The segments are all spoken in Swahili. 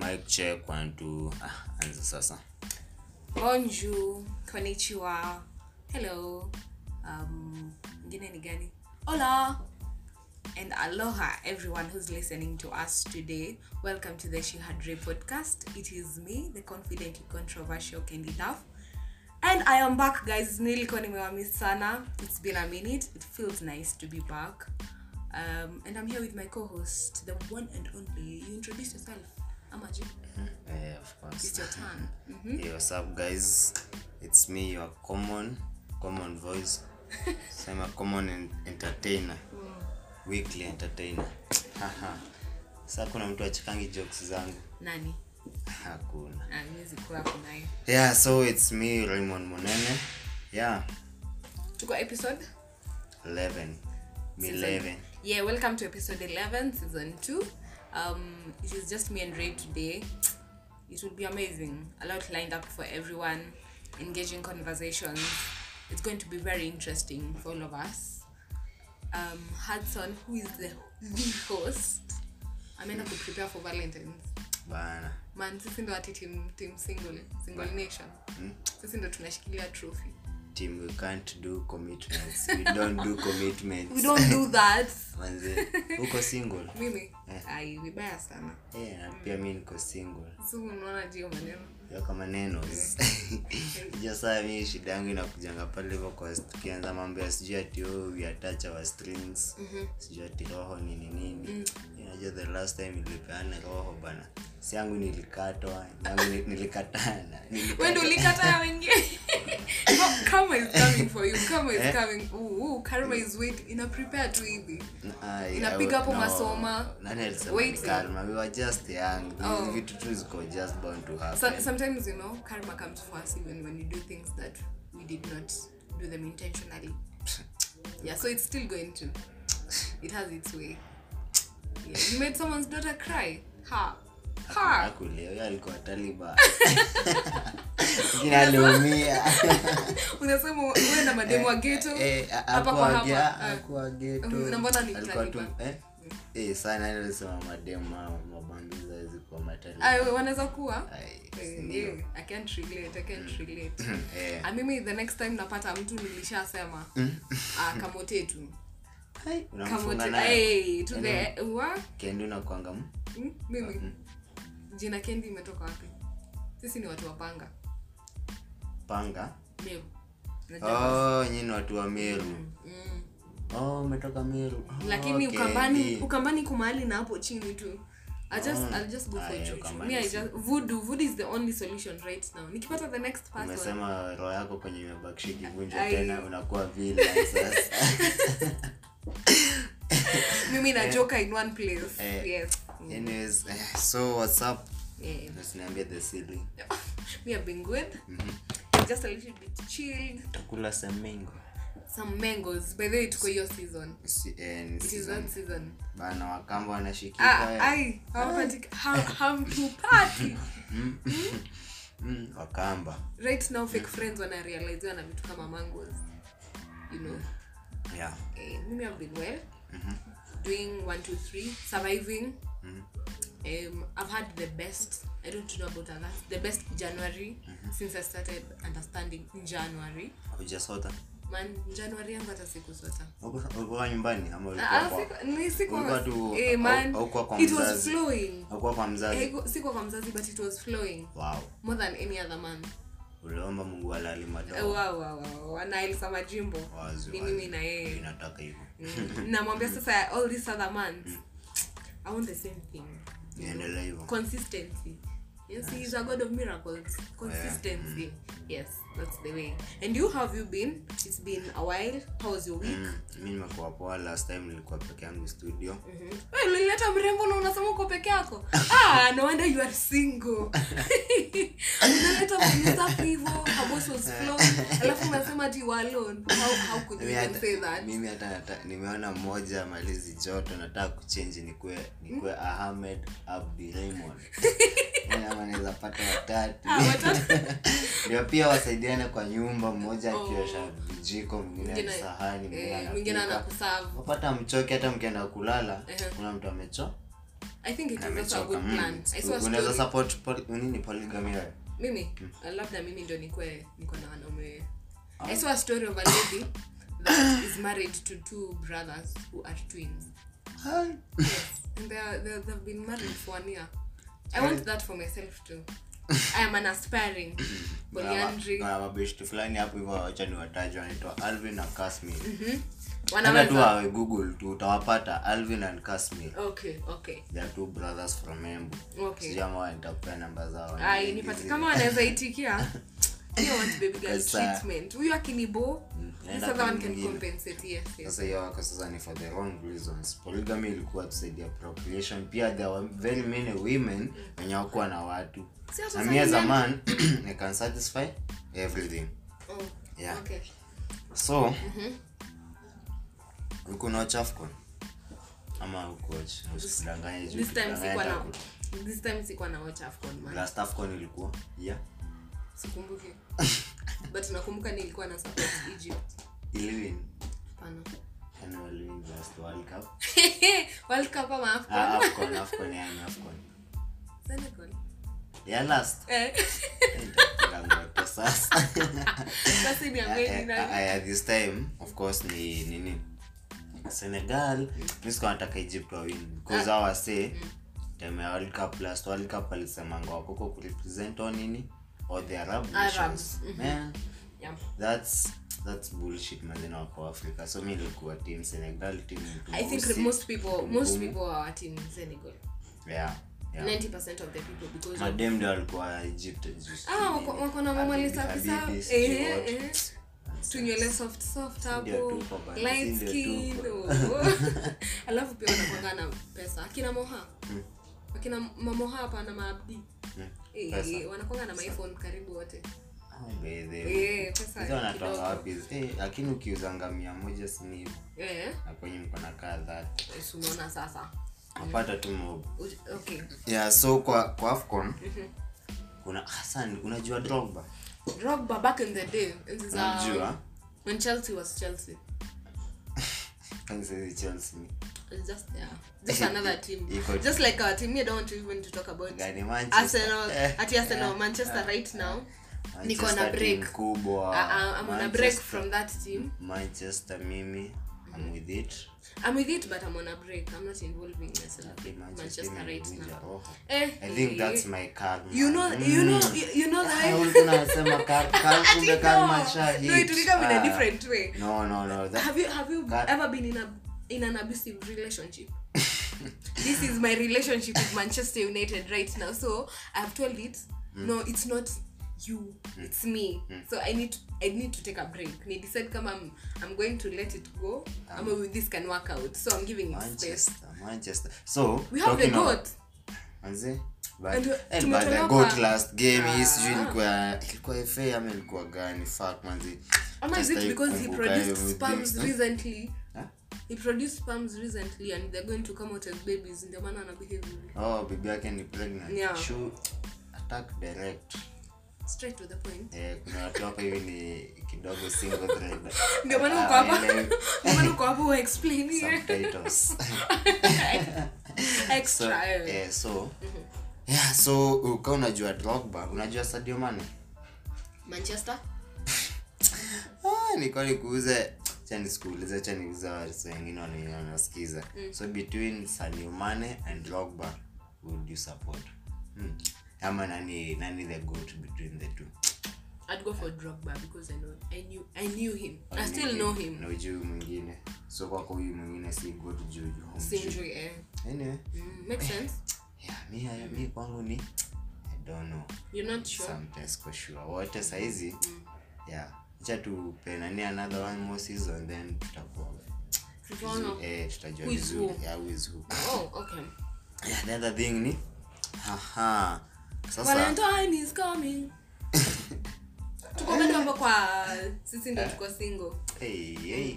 Check, check, one, two. Ah, anza sasa. bonjour konnichiwa hello um ngine ni gani hola and aloha everyone who's listening to us today welcome to the shihadre podcast it is me the confidently controversial candy Duff. and i am back guys nilikuwa nimewamis sana it's been a minute it feels nice to be back um, and i'm here with my co-host the one and only you introduce yourself amaji Eh, of course. Mm-hmm. it's your turn Hey, what's up, guys? It's me, your common, common voice. so I'm a common en- entertainer. Mm. Weekly entertainer. Haha. Sasa kuna mtu achikangi jokes zangu. nani Hakuna. Ah, music wako naye Yeah, so it's me, Raymond Monene. Yeah, tuko episode 11. Me 11. yeah welcome to episode 11 season 2 um it is just me and ray today it will be amazing a lot lined up for everyone engaging conversations it's going to be very interesting for all of us um hudson who is the, the host ameenda kuprepare for valentines Bana. man sisi ndo ati team, team single single nation sisi ndo tunashikilia trophy Team, we can't do commitments. we don't do commitments. we don't do that Manze, uko single? mimi ai vibaya sana Eh, na pia mi niko single. sisi unaona jio maneno Hiyo kama neno. Hiyo saa mi shida yangu inakujanga pale hivyo kwa st- tukianza mambo ya sijui ati oh, we attach our strings. Mhm. Sijui ati roho nini nini. Mm. You know, just the last time nilipeana roho bana. Si yangu nilikatwa, yangu ni- nilikatana. Wewe ndio ulikataa wengine Ka- karma is coming for you karma is Eh? Mm. coming ooh ooh, karma is wait ina prepare tu hivi Unapiga unapiga hapo masoma. nani Wait. alisema we were just young Oh. Hizi vitu tu ziko just bound to happen so, sometimes you know karma comes for us even when you do things that we did not do them intentionally yeah so it's still going to it has its way yeah. you made someone's daughter cry ha ha Hakuna huyo alikuwa taliba Mwingine aliumia unasema wewe na mademu wa ghetto Eh, a- hapa hakuwa kwa gea- hapa Ah. hakuwa ghetto. Mm, na mbona ni Mm. Alikuwa tu- Taliban? eh? Eh, sana yani alisema mademu hao, mabambizi hawezi kuwa mataliba. Ay, wanaweza kuwa Ay, Eh, ndio. eh, I can't relate, I can't relate. Eh, Ah, mimi the next time napata mtu nilishasema Mm. ah, kamote tu hai, unamfunga kamote naye hey, to the eh, wa kendo nakuanga m- Mm, mimi jina kendi imetoka wapi sisi ni watu wapanga panga meru Najua. oh nyinyi ni watu wa meru Mm. oh umetoka meru Oh, lakini okay. ukambani ukambani kumali na hapo chini tu I just, Mm. I'll just go Ah, for yeah, juju. Ukambani Me, I si- just, voodoo. Voodoo is the only solution right now. Nikipata the next person. umesema roho yako kwenye imebakishi kivunja Ai. tena unakuwa vile sasa Mimi na joker in one place. Eh. Yes. Mm. anyways eh, so what's up Yeah. usiniambie the silly me have been good Mm-hmm. just a little bit chilled takula semingo some mangoes by the way tuko hiyo season Si- eh, ni it is season. that season bana wakamba ah wanashikika eh. ai hawapati- ha- hamtupati Mm, wakamba right now fake friends wanarealiziwa na vitu kama mangoes you know yeah eh, mimi have been well Mm-hmm. doing one two three surviving um, i've had the best i don't know about others the best january Mm-hmm. since i started understanding january ujasota man january yangu hata sikusota ulikuwa nyumbani ama ulikuwa Ah, kwa- siku- ni siku- ulikuwa tu- eh, man, au- aukuwa kwa it was mzazi. flowing. ulikuwa kwa mzazi Haiku- sikuwa kwa mzazi but it was flowing wow more than any other man uliomba mungu alali Eh, madoa wa- wa- wa- wa- na Elsa majimbo Wazi, ni wazi. mimi na yeye inataka hivyo Mm. namwambia sasa all these other mans i want the same thing Mm. niendelee hivyo consistency yes he is a god of miracles consistency Mm. yes that's the way and you how have you been it's been a while how was your week Mm, mi nimekuwa poa last time nilikuwa peke yangu studio Wewe ulileta Mm-hmm. mrembo na unasema uko peke yako ah, no wonder you are single unaleta msafi hivyo her voice was flowing alafu unasema ati you are alone how, how could you Mimi even say hata- that mimi hata nata- nimeona mmoja malizi joto nataka kuchenji nikue nikue ahmed abdi raymond Eh, ama naweza pata watatu Ah, watatu. ndio pia wasaidiane kwa nyumba mmoja Oh. akiosha vijiko mwingine Mwingine- sahani mwingine eh, mwingine anapika. anakuserve wapata mchoki hata mkienda kulala Ehe. kuna mtu amecho i think it is also a amechoka good plan i saw a Mm. unaweza story support poly- nini polygamy wewe mimi Mm. uh, labda mimi ndo nikwe niko na wanaume Ah. i saw a story of a lady that is married to two brothers who are twins and they're, they're, they've been married for one year i want that for myself too i am an aspiring Kuna ma- polyandry kuna mabeshti fulani hapo hivyo wacha niwataje wanaitwa alvin na casmil hata tu wanaweza awe google tu utawapata alvin and casmil okay okay they are two brothers from embu Okay. sijui ama nitakupea namba zao Ai, nipate kama wanaweza itikia I want baby girl Because, uh, treatment. Huyu akinibo, this Mm, naenda other kwa one can mwingine. compensate. Yes, yes. sasa hiyo wako sasa ni for the wrong reasons polygamy ilikuwa tusaidia procreation pia there were very many women wenye wakuwa na watu Si hata na za mi as a women. man i can satisfy everything Oh, Yeah. okay. so Mm-hmm. uko na chafcon ama ukoch usikudanganye juu This time ukidanganya sikuwa na itaku- this time sikuwa na watch AFCON man. last afcon ilikuwa yeah Sikumbuki. But nakumbuka nilikuwa na support Egypt. iliwin Hapana. yani waliwin last world cup World Cup ama AFCON? ah afcon afcon yani afcon Senegal. ya last Eh. Ndio sasa Sasa niambie ni nani? aya this time of course ni nini senegal misiko nataka egypt wawin because Ah. uh, awase Mm. time ya world cup last world cup walisemanga wakoko kurepresent o nini or the arab nations mhm. man Yeah. that's that's bullshit mazina wako africa so mi nilikuwa team senegal team mtu I think mweusi, most people most mgumu. people are in Senegal. yeah, yeah. 90% of the people because of madem ndio walikuwa egypt juu sijui Ah, nini. wako- wako na mama Habibi- Lisa Kisa- Habibi, eh, sijui eh, what. eh. tunywele soft soft hapo tuko bana, si light ndio skin tuko. oh. alafu pia wanakwanga na pesa akina moha akina mamoha hapa na maabdi Hmm. Pesa. Eh, wanakwanga na myphone karibu wote Ah, by the way. Eh, pesa hizo wanatoka kidogo. wapi Eh, lakini ukiuzanga mia moja sini Eh, na kwenye mko na kaa dhati si umeona sasa napata tu mob U- okay yeah, so kwa kwa afcon Mhm. kuna hasan unajua drogba drogba back in the day enzi za unajua when chelsea was chelsea kanzezi chelsea ni It's just yeah just another team Iko- just like our team here don't even to talk about gani manchester arsenal Eh, at arsenal manchester right now niko na Manchester team break. kubwa I, I'm on a break Manchester- from that team. manchester mimi I'm with it I'm with it, but I'm on a break. I'm not involving myself Okay, in Manchester Manchester right imenivunja now. roho. Eh, I think that's eh. my karma. you know, you know, Mm. you- you know Ah, that. ulikuwa unasema kar- kar- kumbe karma isha no, hit. it will come in Ah. a different way. No, no, no. That, Have you have you That- ever been in a in an abusive relationship? this is my relationship with Manchester United right now. So I've told it, Hmm. no, it's not you, it's me. So I need to, I need to take a break. Need decide come I'm I'm going to let it go. Ah. I'm this can work out. So I'm giving it space. Manchester, Manchester. So, We have the talking of- goat. Manze, And, but- uh, eh, tumetolewa but the kwa- goat last game hii sijui Ah. ilikuwa ilikuwa FA ama ilikuwa gani fuck manze. Ama is Just it because he haikumbuka produced everything. sperms Hmm? recently? Huh? He produced sperms recently and they're going to come out as babies ndio maana ana behave hivi. Oh, bibi yake ni pregnant. Yeah. Shoo, attack direct. Straight to the point. Eh, kuna watu hapa hivi ni kidogo single thread. Ndio maana uko Ah, hapa. waelewi. Ndio maana uko hapa wa explain here. Subtitles. so, Extra. eh. eh, so yeah, so uka unajua drogba unajua sadio mane Manchester? ah, nikuwa nikuuze cha nisikuulize cha niuze warisi wengine wana- wanasikiza Mm. so between sadio mane and drogba would you support hmm. ama nani nani the goat between the two I'd go for Drogba because I know I knew I knew him. I Au still mwingine? know him. na ujui mwingine so kwako huyu mwingine si goat juu juu humjui. Sindri eh. anyway Mm, makes sense. yeah, mi, hayo- mi kwangu ni i don't know You're not sure. Mm. sometimes kwa sure wote saizi yeah acha tupe nani another one more season then tutakuwa Tunaona. eh tutajua Who is vizuri who? yeah who is who Oh, okay. yeah the other thing ni haha sasa Valentine is coming. Eh. Tuko bado hapa kwa sisi ndio tuko single. hey hey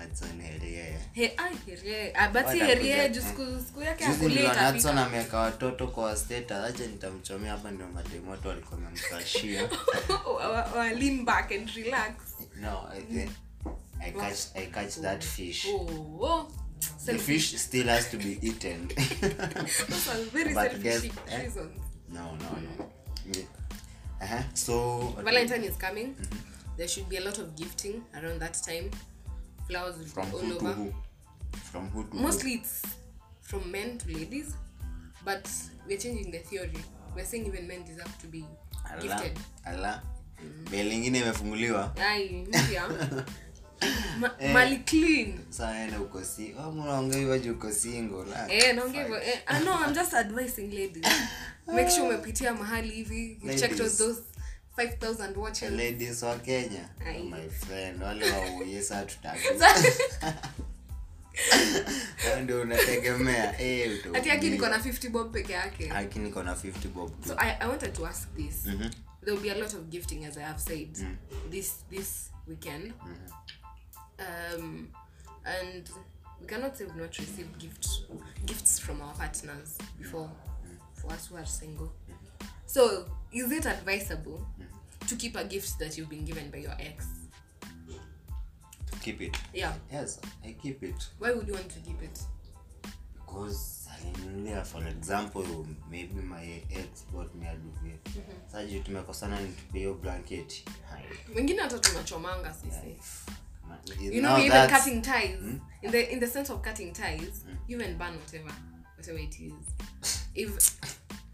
Hudson Herie He- ai, Herie. Ah, but si Wala Herie, kuja, juu eh. siku- siku yake ya juzi kulia niliona ikafika. Hudson ameweka watoto kwa steta acha nitamchomea hapa ndio mademoto walikuwa wamemkashia Oh, Wa- wa- lean back and relax. no I think I catch I catch that fish Oh, oh. the fish still has to be eaten Those are very But selfish guess- re- eh? reasons. no no no yeah. uh-huh. so Valentine is coming. There should be a lot of gifting around that time. Flowers will from be all who to over. who from who to Mostly it's from men to ladies, but we're changing the theory. We're saying even men deserve to be who ala gifted. Mm-hmm. ala beli ingine imefunguliwa Aye, mpya. Ma- Eh. mali clean. saena uko si oh, mnaongea hivyo juu uko single ah. Eh, naongea hivyo. Eh, ah, no, I'm just advising ladies. Make sure umepitia mahali hivi. You checked Ladies. all those 5000 watches. ladies wa kenya Oh, Aye. my friend wale wauye saa tutaku ndio unategemea eh, utaumia. Ati yake niko na 50 bob peke yake. Haki niko na 50 bob tu So I, I wanted to ask this. There will be a lot of gifting, as I have said, this this weekend. Um, and we cannot say we've not received gifts gifts from our partners before, for us who are single. So, is it advisable to keep a gift that you've been given by your ex? keep it Yeah. yes i keep it Why would you want to keep it? because alinunulia for example maybe my ex bought me a duvet Mm-hmm. sasa juu tumekosana nitupe hiyo blanket Hai. Wengine hata tunachomanga sisi. Ma- you know now even that's- Hmm? cutting ties in the in the sense of cutting ties you even ban whatever whatever it is if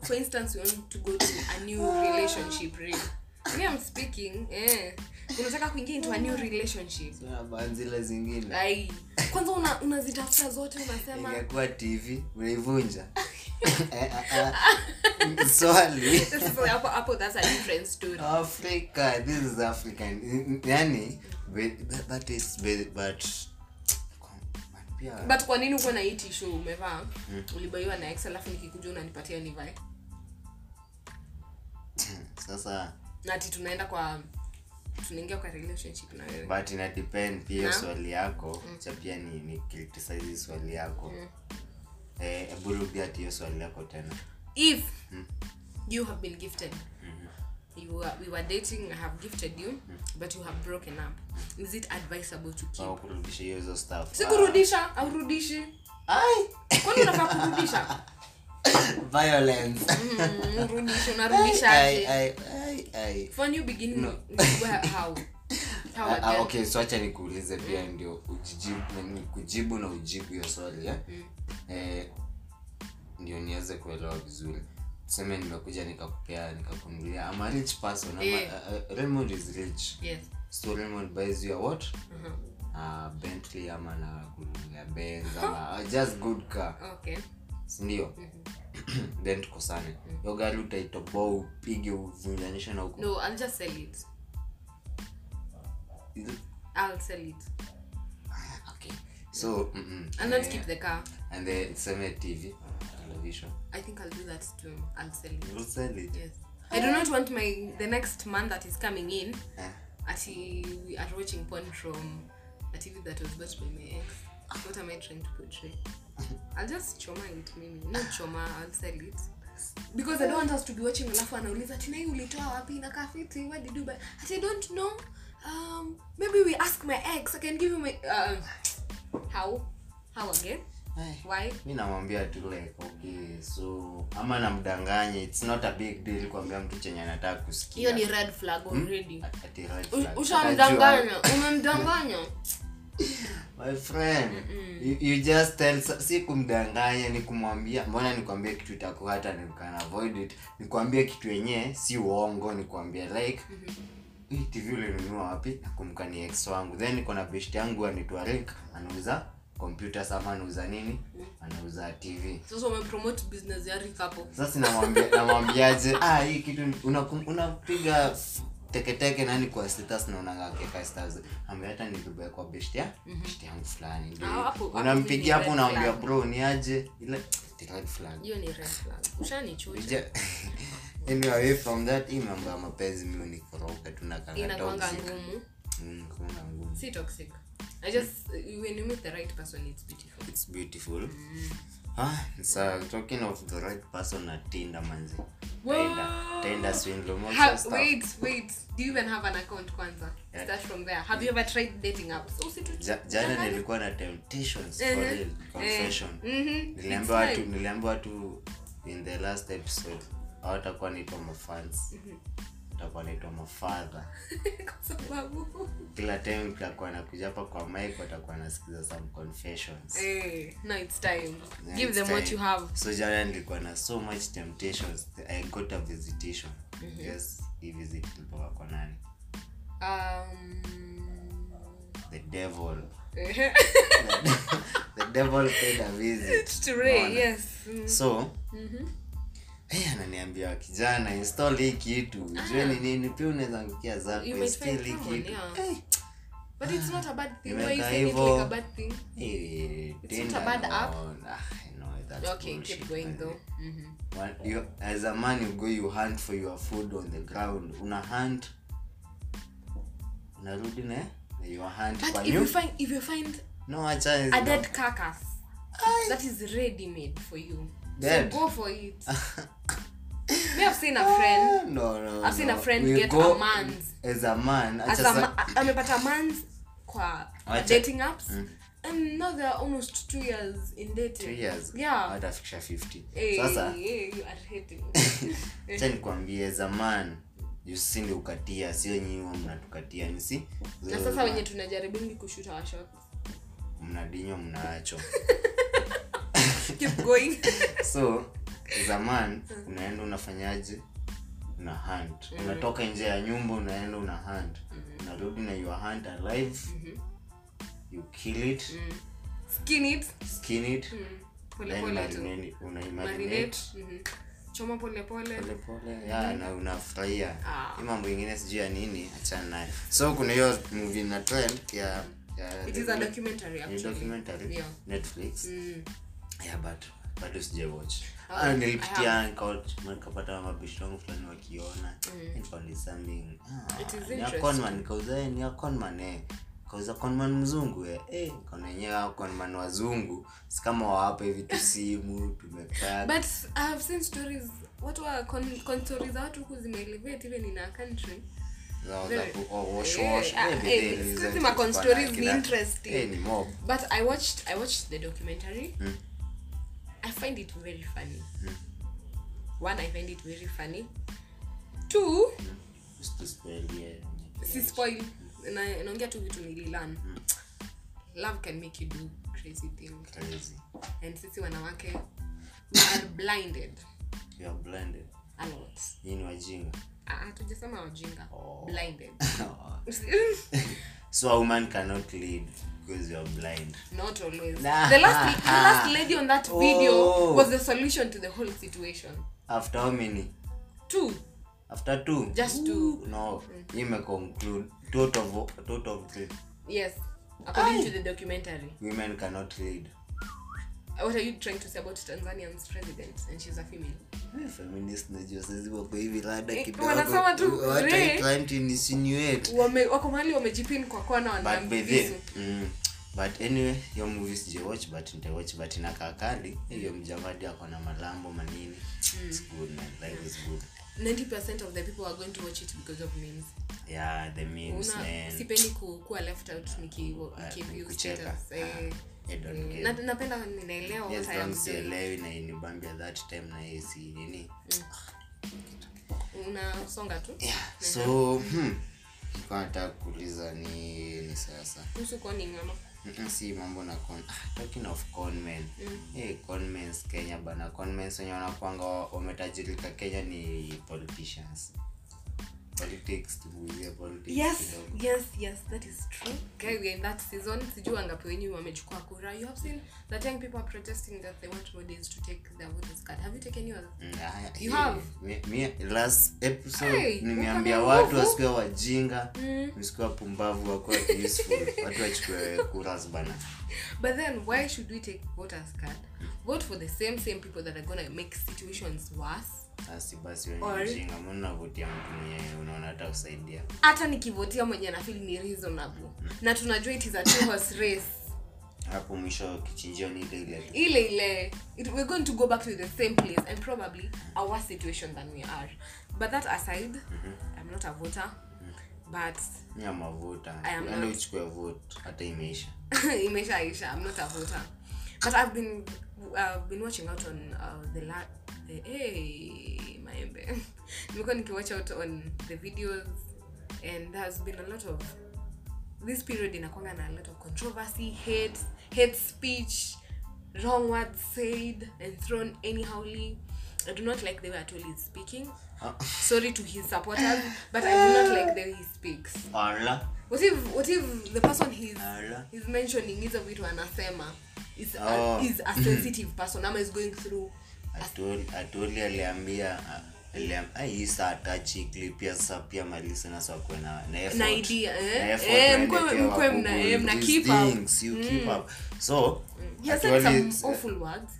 for instance you want to go to a new relationship really me i'm speaking eh unataka kuingia into a new relationship Tunaban zile zingine ai kwanza una- unazitafuta zote unasema ingekuwa tv unaivunja Eh, ah, ah. swali so hapo hapo that's a different story Ah. africa this is african yani but, that- that is but, but but pia but kwa nini uko na hii tishu umevaa Hmm. ulibaiwa na ex alafu nikikuja unanipatia nivae sasa na ati tunaenda kwa tunaingia kwa relationship na wewe but ina depend pia hiyo Na? swali yako Mm. cha pia ni, ni criticize swali yako eh hebu rudia ati hiyo swali yako tena if Hmm. you have been gifted you were, we were dating i have gifted you Hmm. but you have broken up is it advisable to keep au kurudisha hiyo hizo stuff sikurudisha aurudishi Ah. Ai! kwani unafaa kurudisha violence Mm, urudishi Ai, unarudisha ai, aje ai, ai, ai. for a new beginning where- how how Ah, ah, again? Mm. okay so acha nikuulize pia ndio ujijibu ni kujibu na ujibu hiyo swali eh? Mm. eh, ndio niweze kuelewa vizuri tuseme nimekuja nikakupea nikakunulia ama rich person ama, Eh. uh, uh, Raymond is rich yes so Raymond buys you a what Uh-huh. uh, Bentley ama na kunulia Benz ama uh, just good car okay sindio then tukosane hiyo gari utaitoboa upige uvunjanishe na huko no i'll just sell it i'll sell it okay so mm -mm. i'll not Eh, keep the car and then seme tv television i think i'll do that too i'll sell it You'll sell it. Yes. I do not want my the next man that is coming in Eh. at we are watching porn from a TV that was bought by my ex. What am I trying to portray? I'll just choma it mimi. Not choma, I'll sell it. Because I don't want us to be watching alafu anauliza tina hii ulitoa wapi inakaa fiti where did you buy Ati, I don't know um, maybe we ask my ex I can give you my um, how how again Ai. why mi namwambia tu like okay so ama namdanganye its not a big deal kuambia mtu chenye anataka hiyo ni kusikia red flag already Ati red U- flag. ushamdanganya umemdanganya my friend you, you just tell si kumdanganya ni kumwambia mbona nikwambie kitu itakuwa hata ni can avoid it nikwambie kitu yenyewe si uongo nikwambie like hii tv ulinunua wapi nakumbuka ni ex wangu then niko na best yangu anaitwa Rick anauza kompyuta sama anauza nini anauza tv sasa umepromote business ya Rick hapo sasa namwambia namwambiaje ah hii kitu unakum- unapiga teketeke nani kwa status na unangakeka status ambaye hata nilibeba kwa best ya best yangu fulani ndio Mhm. Ah, hiyo. hapo- hapo unampigia ni hapo red unaambia flag. bro ni aje ile the red flag hiyo ni red flag ushanichuja Ija- anyway away from that hii mambo ya mapenzi mimi nikoroka tunakanga inakwanga toxic ngumu Mm, kuna ngumu si toxic i just when you meet the right person it's beautiful it's Mm. beautiful ah so talking of the right person na Tinder manzi taenda Wow. taenda swindle most Ha- of stuff. wait wait do you even have an account kwanza Yeah. start from there have you ever tried dating apps Eh, Usitu- Ja- jana Jamani. nilikuwa na temptations for Eh, real confession Mhm. niliambiwa It's watu like- niliambiwa watu in the last episode hawatakuwa naitwa mafans Mhm. watakuwa naitwa mafadha kwa sababu kila time nitakuwa nakuja hapa kwa mike watakuwa nasikiza some confessions Eh, no it's time Yeah, give it's them what time. you have so jana nilikuwa na so much temptations i got a visitation Mhm. yes hii visit ilitoka kwa nani um the devil eh, the devil paid a visit today Unaona? yes Mm. so Eh, ananiambia kijana install hii kitu ujue ni nini pia unaweza ngikia zako Ah. You might install find hii someone, kitu Eh, yeah. but it's not a bad thing Nimeweka why you saying it hivyo. like a bad thing Eh, not Tinder, a bad no. app. Ah, no, that's okay keep bullshit, going man. though Mhm. One- you- as a man you go you hunt for your food on the ground una hunt unarudi na na your hunt but kwa if you new find if you find no acha is a no. dead carcass that is ready made for you Dead. so go for it we have seen a friend Ah, no no I've seen no. a friend We get go- a man's. as a man as acha a sa- ma- a- amepata mans kwa Acha. dating apps and now they're almost two years in dating Mm. two years Oh, yeah hatafikisha 50 Eh, sasa eh, you are hating. acha nikwambie zaman jusi ndi ukatia sio nyiwa mnatukatia nisi na sasa wenye tunajaribingi kushuta washo mnadinywa mnaacho keep going so zaman unaenda unafanyaje una hunt Mm-hmm. unatoka nje ya nyumba unaenda una hunt unarudi na your hunt alive Mm-hmm. you kill it skin it skin it Mm. pole then pole tu marinate- unaimarinate marinate Mhm. choma pole pole polepole ya na unafurahia Mm-hmm. Ah. hii mambo ingine sijui ya nini achana nayo so kuna hiyo movie na trend ya ya- it is a documentary ni actually documentary Yeah. netflix Mm. yeah but bado sijawatch Oh, Ah, I nilipitia nikaot- nikapata mabishi wangu fulani wakiona And found something ah, Mm. It is ni ya interesting. conman nikauza eh, ni ya conman eh kauza conman mzungu eh eh kaona yenyewe hao conman wazungu si kama wawapa hivi tu simu tumekaa but i have seen stories watu wa con, con stories za watu huku zimeelevate even in our country very- Yeah, ah, eh, siku hizi ma con stories ni interesting. Eh, nilikuwa but i watched i watched the documentary Hmm. i find it very funny one i find it very funny two si spoil na- naongea tu vitu nililan Hmm. love can make you do crazy things and sisi wanawake we are blinded a lot wajinga Ah, hatujasema wajinga Oh. blinded so a woman cannot lead because you are blind not always Nah. the last the last lady on that video Oh. was the solution to the whole situation after how many two after two Just two. Mm. Ooh, no you may conclude two out of two out of three yes according to the documentary women cannot lead what are you trying to say about tanzanians president and she's a female Eh, feminist najua saizi wako hivi lada Eh, kidogo wanasema tu, What are re- you trying to insinuate Wame, wako mahali wamejipin kwa kona but by wanaambisu the mm, but anyway hiyo movie sijawatch but nitawatch but inakaa kali hiyo Mm. mjamadi ako na malambo manini it's good man life is good 90% of the people are going to watch it because of memes yeah the memes una man Uh, sipendi ku- kuwa left out niki nikiview kucheka status eh. Ah, I don't Eh, care. na- napenda ninaelewa Yes, what I am don't doing sielewi na inibambia that time na yeye si nini Mm. unasonga tu yeah. so Mm. hmm, nilikuwa nataka kuuliza nini sasa kuhusu koni mama Mm-mm, si mambo na con ah, talking of conmen Mm. hey, conmens kenya bana conmens wenye wanakwanga wa- wametajirika kenya ni politicians politics tuguzie politics yes kidogo. yes yes that is true guys we are in that season sijui wangapi wenyu wamechukua kura you have seen that young people are protesting that they want more days to take their voters card have you taken yours Mm, ah, You hey, have? mi- mi- last episode Hey, nimeambia uko na watu nguvu. Mm. wasikiwa wajinga msikiwa pumbavu wakuwa useful watu wachukue kuras bana but then why should we take voters card vote for the same same people that are gonna make situations worse asi basi Or- wenjinga mnavutia mtu mwenye unaona hata kusaidia hata nikivotia mwenye nafili ni reasonable na tunajua it is a two horse race hapo mwisho kichinjio ni ile ile tu. ile ile it, we're going to go back to the same place and probably a worse situation than we are but that aside i'm not a voter but Ni ya mavuta I am ende not. uchukue Yaani vote hata imeisha imesha isha i'm not a voter but i've been i've been watching out on uh, the la the hey maembe nimekuwa nikiwatch out on the videos and there has been a lot of this period inakwanga na a lot of controversy hate hate speech wrong words said and thrown anyhowly i do not like the way atol is speaking Ah. sorry to his supporters but i do not like the way he speaks ala what if what if the person he's ala he's mentioning hizo vitu anasema is a, Oh. is a sensitive person ama is going through Atuli- atuli aliambia aliam- ai, hii saa atachi clip ya sasa pia malisi na sasa kuwe na na effort. na idea Na eh? effort, eh, waende mkwe- pia mkwe wa mna- Google eh, mna these keep up things, you keep up. so he has said actually some it's- uh, awful words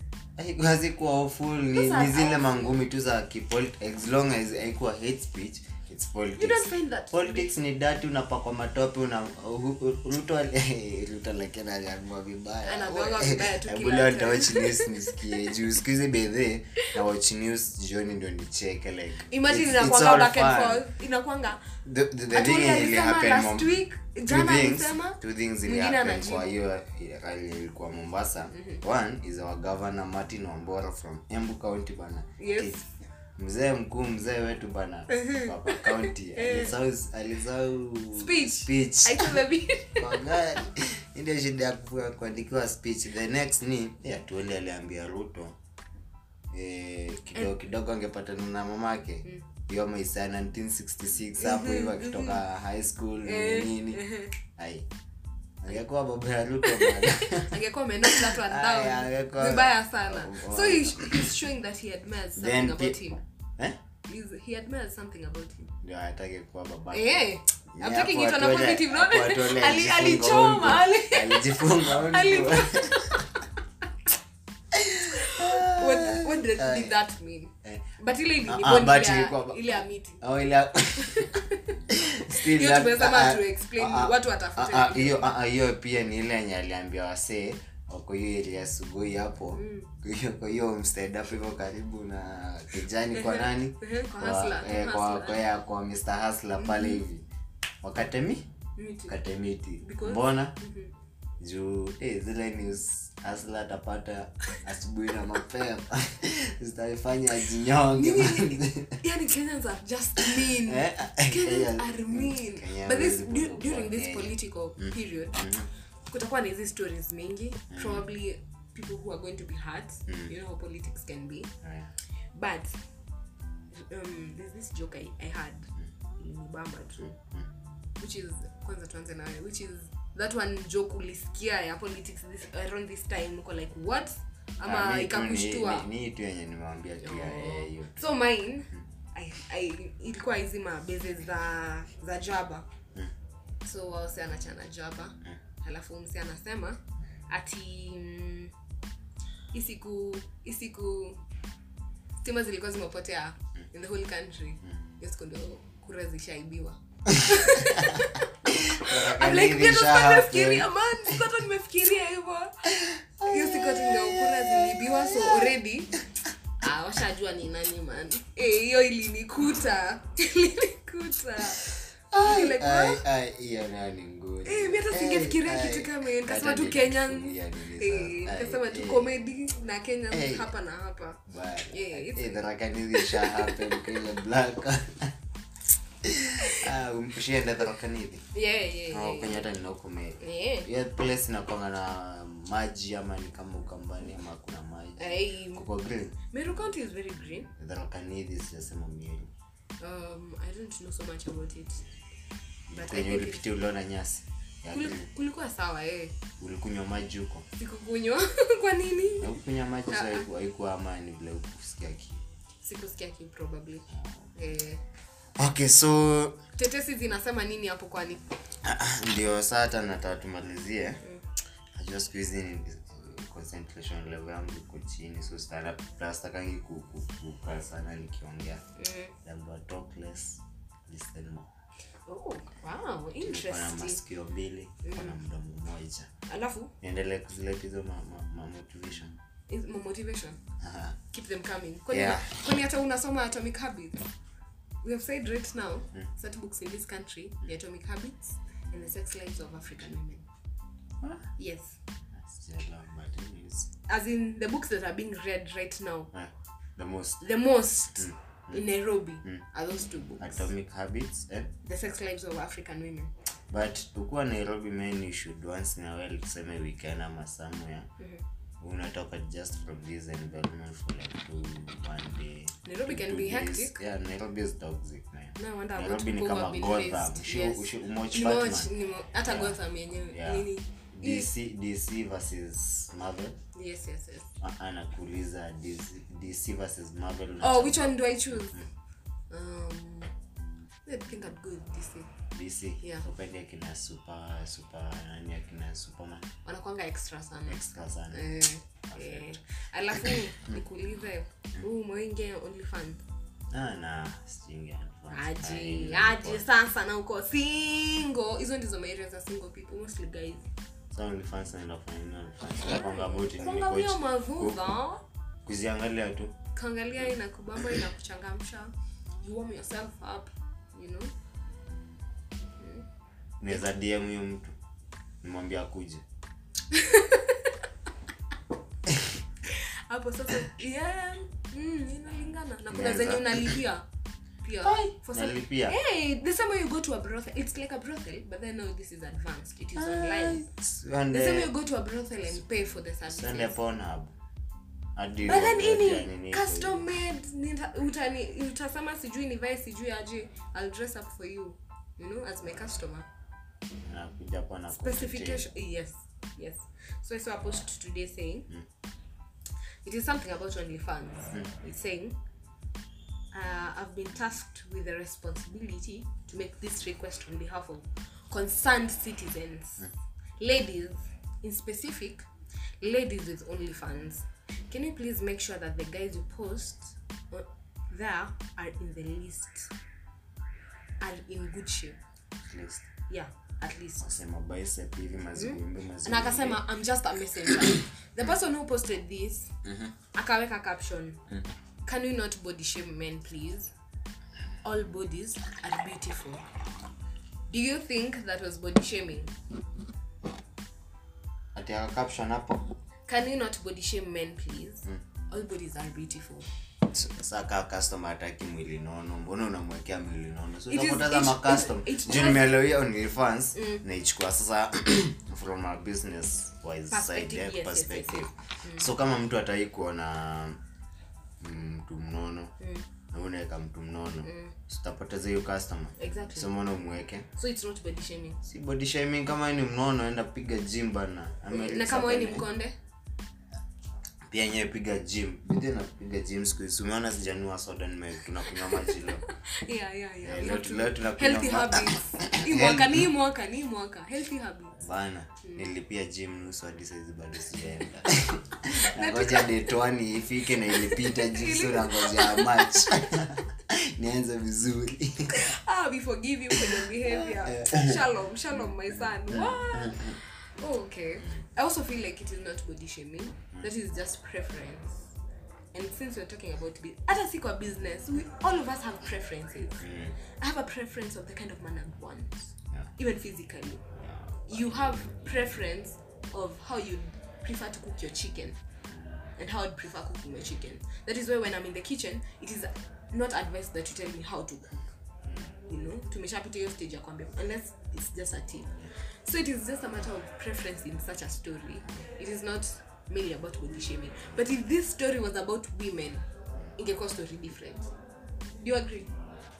hazikuwa awful ni, Those are ni zile awful. mangumi tu za kipolit- as long as haikuwa hate speech it's politics. you don't find that politics ni dati unapakwa matope una hu- hu- ruto ali- eh, ruto lakini aliamua vibaya Anaambiwanga vibaya tu Hebu kila leo time. nitawatch news nisikie juu siku hizi bedhe na watch news jioni ndio nicheke like imagine it's- inakwanga it's all back and fun. forth inakwanga The- the- the Atwoli thing yenye alisema happen last mom- week, two jana things- alisema, two things ili mwingine Mhm. happen anajibu. kwa hiyo ile- ile ilikuwa mombasa one is our governor martin wambora from embu county bana Yes. Mhm. Ki- mzee mkuu mzee wetu bana papa county alisahau alisahau Eh. Speech. speech I told them magari ndio shida ya ku- kuandikiwa speech the next ni yeah, tuende aliambia ruto eh, kidogo kidogo angepatana na Mm. mamake hiyo maisa Mhm, 1966 hapo hivyo akitoka high school nini Eh, nini ai angekuwa baba ya ruto bana. angekuwa ameenda that one Aya, down angekuwa- vibaya sana Oh, so he, he's showing that he admires something Then about pe- him eh he's, he admires something about him ndio hataki kuwa baba eh I'm Yeah, taking hapo it on a atole- positive note. hapo atole Ali- alijifunga alichoma, ungo. ali- alijifunga ungo. Ali- what, what did, Aye. did that mean Eh. but ile Ah, ilikuwa but ile ya- ilikuwa- ile ya miti Au Oh, ila- Still Hiyo that- tumesema ah, ah, tuexplain, ah, ah, watu watafute ah, ah, video. hiyo- ah, ah, hiyo pia ni ile yenye aliambia wasee wako hiyo ili asubuhi hapo Mm. Kwa hiyo- kwa hiyo mstad hapo hivyo karibu na kijani kwa nani ehe, kwa Kwa- Hustler, eh, kwa kwa- Hustler. Mm-hmm. kwa ya- kwa mr hasla pale hivi wakatemi miti kate miti Because- mbona Mm-hmm. juu eh, zile news hasla atapata asubuhi na mapema zitaifanya ajinyonge yani Yaani kenyans are just mean Eh, eh, kenyans Kenyans- are mean Kenya but this hawezi du- kuwa during this Kenya. political mm-hmm. period kutakuwa na hizi stories mingi probably people who are going to be hurt Mm-hmm. you know how politics can be but um, there's this joke i, I had ilinibamba tu which is kwanza tuanze nawe which is that one joke ulisikia ya politics this, around this time uko like what ama ikakushtua Ah, Oh. ni tu yenye nimewambia tu ya eh, hiyo so mine I, I, ilikuwa hizi mabeze za za jaba Hmm. so wao si anachana jaba halafu msi anasema ati mm, hii siku hii siku stima zilikuwa zimepotea Hmm. in the whole country hiyo siku ndio kura zishaibiwa I'm like, Hivi pia ndo sikuwa shahafu. nimefikiria, man, sikuwa hata nimefikiria hivyo hiyo siku ati ndio kura ziliibiwa so already ah, washajua ni nani man Eh, hiyo ilinikuta ilinikuta Like, Ai, what? ai, hiyo nayo ni nguli. Eh, mi hata singefikiria Ai, kitu kama hiyo nikasema hata tu Kenyan nilifikiria nini Eh, sasa. Ai, nikasema tu eh, comedy na Kenya Eh. hapa na hapa bad. Yeah, it's- Eh, dharakanizi isha happen kwa ile black. Ah, umshiende dharakanizi. yeah, yeah, Au yeah. kwenye hata ninakumea. Yeah. Hiyo place inakuanga na maji ama ni kama ukambani ama hakuna maji. Hey, Kuko green. Meru County is very green. Dharakanizi sijasema mimi. Um, I don't know so much about it. But I Kwenye think it- ulipitia uliona nyasi. Ya green. kuli- kulikuwa sawa eh. Ulikunywa maji huko. Sikukunywa kwa nini? Na ukunywa maji Ah, sasa haiku- haikuwa amani vile ukusikia kiu. Sikusikia ki probably. Eh, okay so tetesi zinasema nini hapo kwani? ndio saa hata nataka tumalizie najua siku hizi ni- concentration level yangu iko chini so stara- stastakangi ku- ku- kukaa sana nikiongea Mm. labda talk less listen more oh, wow Nilikuwa na interesting masikio mbili nilikuwa na mdomo mmoja alafu niendelee kuzileta hizo ma- ma- ma- motivation is mo- motivation Aha. keep them coming kwani Yeah. kwani hata unasoma atomic habits we have said right now Hmm. certain books in this country the atomic habits and the sex lives of african women Ah, yes sijaelewa, but anyways. as in the books that are being read right now Ah, the most the most in nairobi are those two books Hmm. atomic habits eh? the sex lives of african women but ukuwa nairobi men you should once in a while tuseme weekend ama somewhere Mm-hmm. unatoka just from this environment for like two one day Nairobi two- can two be days. hectic. yeah nairobi is toxic man No wonder what nairobi ni people kama have been gotham faced. Shu- Yes. shu- umwatch Ni Batman. watch- ni mo- hata gotham yenyewe Yeah. nini dc dc versus marvel yes yes yes A- anakuuliza dc dc versus marvel oh unachagua which one do i choose Mm. um I think I'm good this is dc Yeah. upendi akina super super nani akina superman wanakwanga extra sana extra Mm. sana Eh, eh. alafu nikuulize Mm. huu umeingia OnlyFans? Ah, nah, sijingi advance. aje Ah, aje sasa na uko single hizo ndizo maarea za single people mostly guys so OnlyFans naenda kufanya nini OnlyFans? Nakwanga boti nini kuangalia coach? Ku- mavudha ku- kuziangalia tu kaangalia inakubamba inakuchangamsha you warm yourself up you know naweza dm huyo mtu nimwambia akuje hapo sasa yeah, mm, inalingana na kuna Inaweza. zenye unalipia pia For Eh? some- Nalipia. hey, the same way you go to a brothel it's like a brothel but then no this is advanced it is online the same way you Tuende- go to a brothel and pay for the tuende services Pornhub. Hadi but then wakati ya ini nini custom made nita- utani- utasema sijui nivae sijui aje i'll dress up for you you know as my customer anakuja hapo ana specification yes yes so i saw a post today saying it is something about onlyfans it's saying uh, i've been tasked with the responsibility to make this request on behalf of concerned citizens ladies in specific ladies with onlyfans can you please make sure that the guys you post o- there are in the list are in good shape at least. yeah at least Nasema bicep hivi mazigumbi mazigumbi. Hmm? na akasema i'm just a messenger the person who posted this akaweka caption can you not body shame men please all bodies are beautiful do you think that was body shaming Ati aka caption hapo can you not body shame men please all bodies are beautiful Sasa kaa customer hataki mwili nono mbona unamwekea mwili nono so It is- utakutazama it- it- custom it juu has- nimeelewia OnlyFans Mm. naichukua sasa from a business wise side Perspective, yes, yeah, yes, Mm. perspective so kama mtu atai kuona mm, mtu mnono Mm. na unaweka mtu mnono so utapoteza hiyo customer Exactly. so mbona umweke so it's not body shaming si body shaming kama wewe ni mnono enda piga gym bana Ama- Mm, na kama wewe ni mkonde pia yenyewe piga gym bidhi napiga gym siku hizi umeona sijanua soda nime- tunakunywa maji leo yeah yeah Eh, yeah We leo have tu- to- leo tunakunywa healthy ma- habits hii mwaka ni hii mwaka ni hii mwaka healthy habits bana Mm. nilipia gym nusu hadi saizi bado sijaenda nangoja detwani ifike na ilipita gym so nangoja mach nianze vizuri ah, we forgive you for your behavior. shalom, shalom, my son. What? Oh, okay. I also feel like it is not body shaming. That is just preference. And since we're talking about bu- hata si kwa business, we all of us have preferences. I have a preference of the kind of man I want, Yeah. even physically. You have preference of how you prefer to cook your chicken and how I'd prefer cooking my chicken. That is why when I'm in the kitchen, it is not advised that you tell me how to cook. You know, tumeshapita hiyo stage ya kwambia unless it's just a tip. So it is just a matter of preference in such a story. It is not merely about body shaming. But if this story was about women, ingekuwa story different. Do you agree?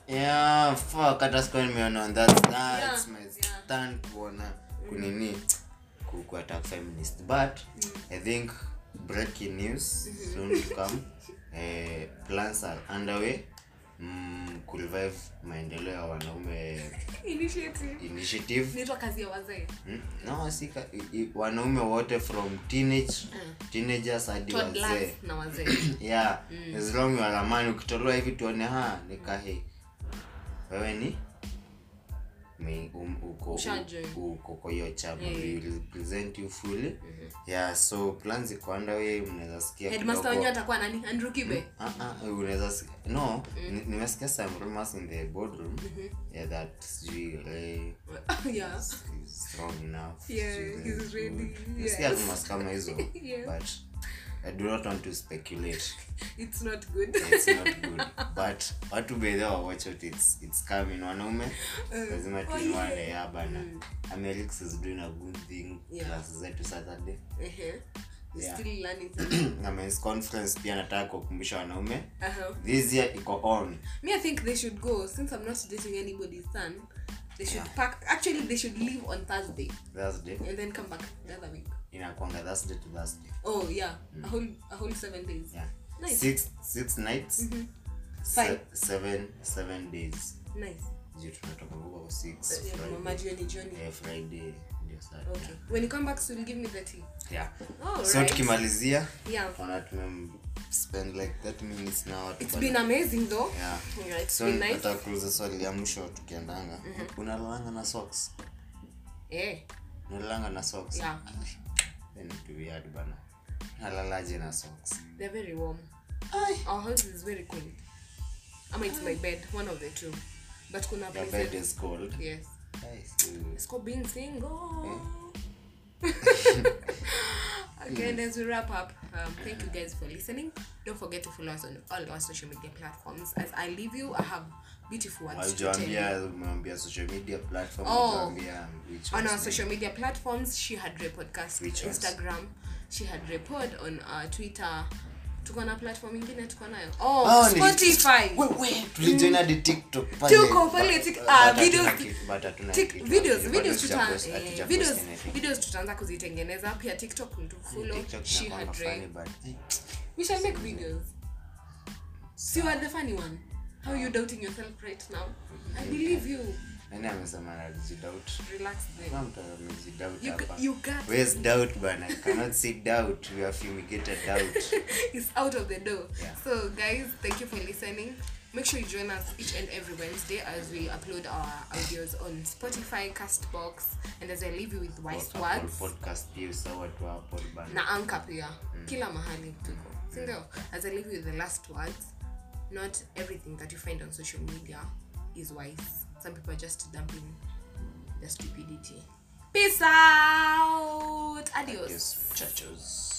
yeah fuck hata sikuwa nimeona on that that's Yeah, Mm. my yeah. stand kuona kunini ku- ku attack feminist but Mm. i think breaking news Mm-hmm. soon to come eh, plans are underway mm, ku revive maendeleo ya wanaume Initiative. initiative Inaitwa kazi ya wazee. Hmm? no si ka- i- i- wanaume wote from teenage Ah. teenagers hadi wazee Toddlers na wazee. yeah Hmm. as long you are a man ukitolewa hivi tuone ha nikahi wewe ni me- um, uko Ushajoin. u- uko kwa hiyo chama Yeah. Mm-hmm. we will present you fully yeah so plans iko underway mnaweza sikia headmaster kidogo- wenyewe atakuwa nani andrew kibe Ah, ah, unaweza sikia no Mm. ni- nimesikia some rumors in the boardroom Mm-hmm. yeah that sijui eh, Ray Hmm? yeah. is strong enough Yeah, sijui he's Ray is ready, good. yeah. Nimesikia rumors kama hizo Yeah. but i do not want to speculate it's not good it's not good but watu bedhewa watch out it's, it's coming wanaume lazima oh, tuiwane ya bana amelix is doing a good thing Mm. Yeah. class zetu saturday Ehe. We're Yeah. still learning something. na men's conference pia nataka kuwakumbusha wanaume Uh-huh. this year iko on me i think they should go since i'm not dating anybody's son they should pack actually they should leave on thursday thursday and then come back the other week inakwanga thursday to thursday oh yeah Hmm. a whole a whole seven days yeah Nice. Mm-hmm. six, six nights se- Five. seven seven days nice juu tunatoka huko kwa six Yeah, mama friday jioni jioni eh, friday ndio saa okay when you come back soon give me the tea yeah all so right. tukimalizia yeah ona tume spend like 30 minutes na watu it's pale. been amazing though yeah yeah it's so been nice Mm-hmm. nitakuuliza swali ya mwisho tukiendanga unalalanga na socks eh unalalanga na socks yeah Then it will be hard bana nalalaje na socks they're very warm our house is very cold i mean it's my bed one of the two but kuna your places bed is cold yes Hey, so- It's called being single. Hmm. Again, as we wrap up, um, thank you guys for listening. Don't forget to follow us on all our social media platforms. As I leave you, I have beautiful ones to tell you. haujaambia umeambia social media platform Oh. haujaambia which On ones our ni- social media platforms, she had Ray podcast, Which ones? Instagram, she had Ray pod on uh, Twitter. Tuko na platform ingine tuko nayo. Oh, Oh, ni- Spotify. Mm. wewe tulijoin hadi tiktok pale Tuko pale tik- But- ah, but hatuna videos- kitu- but hatuna Tik- kitu. videos Bado videos tuta- hatujapost- eh, hatujapost videos anything. videos tutaanza kuzitengeneza pia tiktok mtufollow TikTok she inakuwanga had Ray. funny, but, eh, We shall make videos. See what the funny one. How you doubting yourself right now? I believe you. nani amesema najidoubt Relax there. Kuna mtu amejidoubt You hapa. you got Where's doubt bana I cannot say doubt we have fumigated doubt it's out of the door. Yeah. So guys, thank you for listening. Make sure you join us each and every Wednesday as we upload our audios on Spotify, Castbox, and as I leave you with wise Apple words. podcast pia usawa watu hapo bana na anka pia kila mahali tuko sindio as i leave you with the last words not everything that you find on social media is wise some people are just dumping the stupidity peace out adios Yes, chachos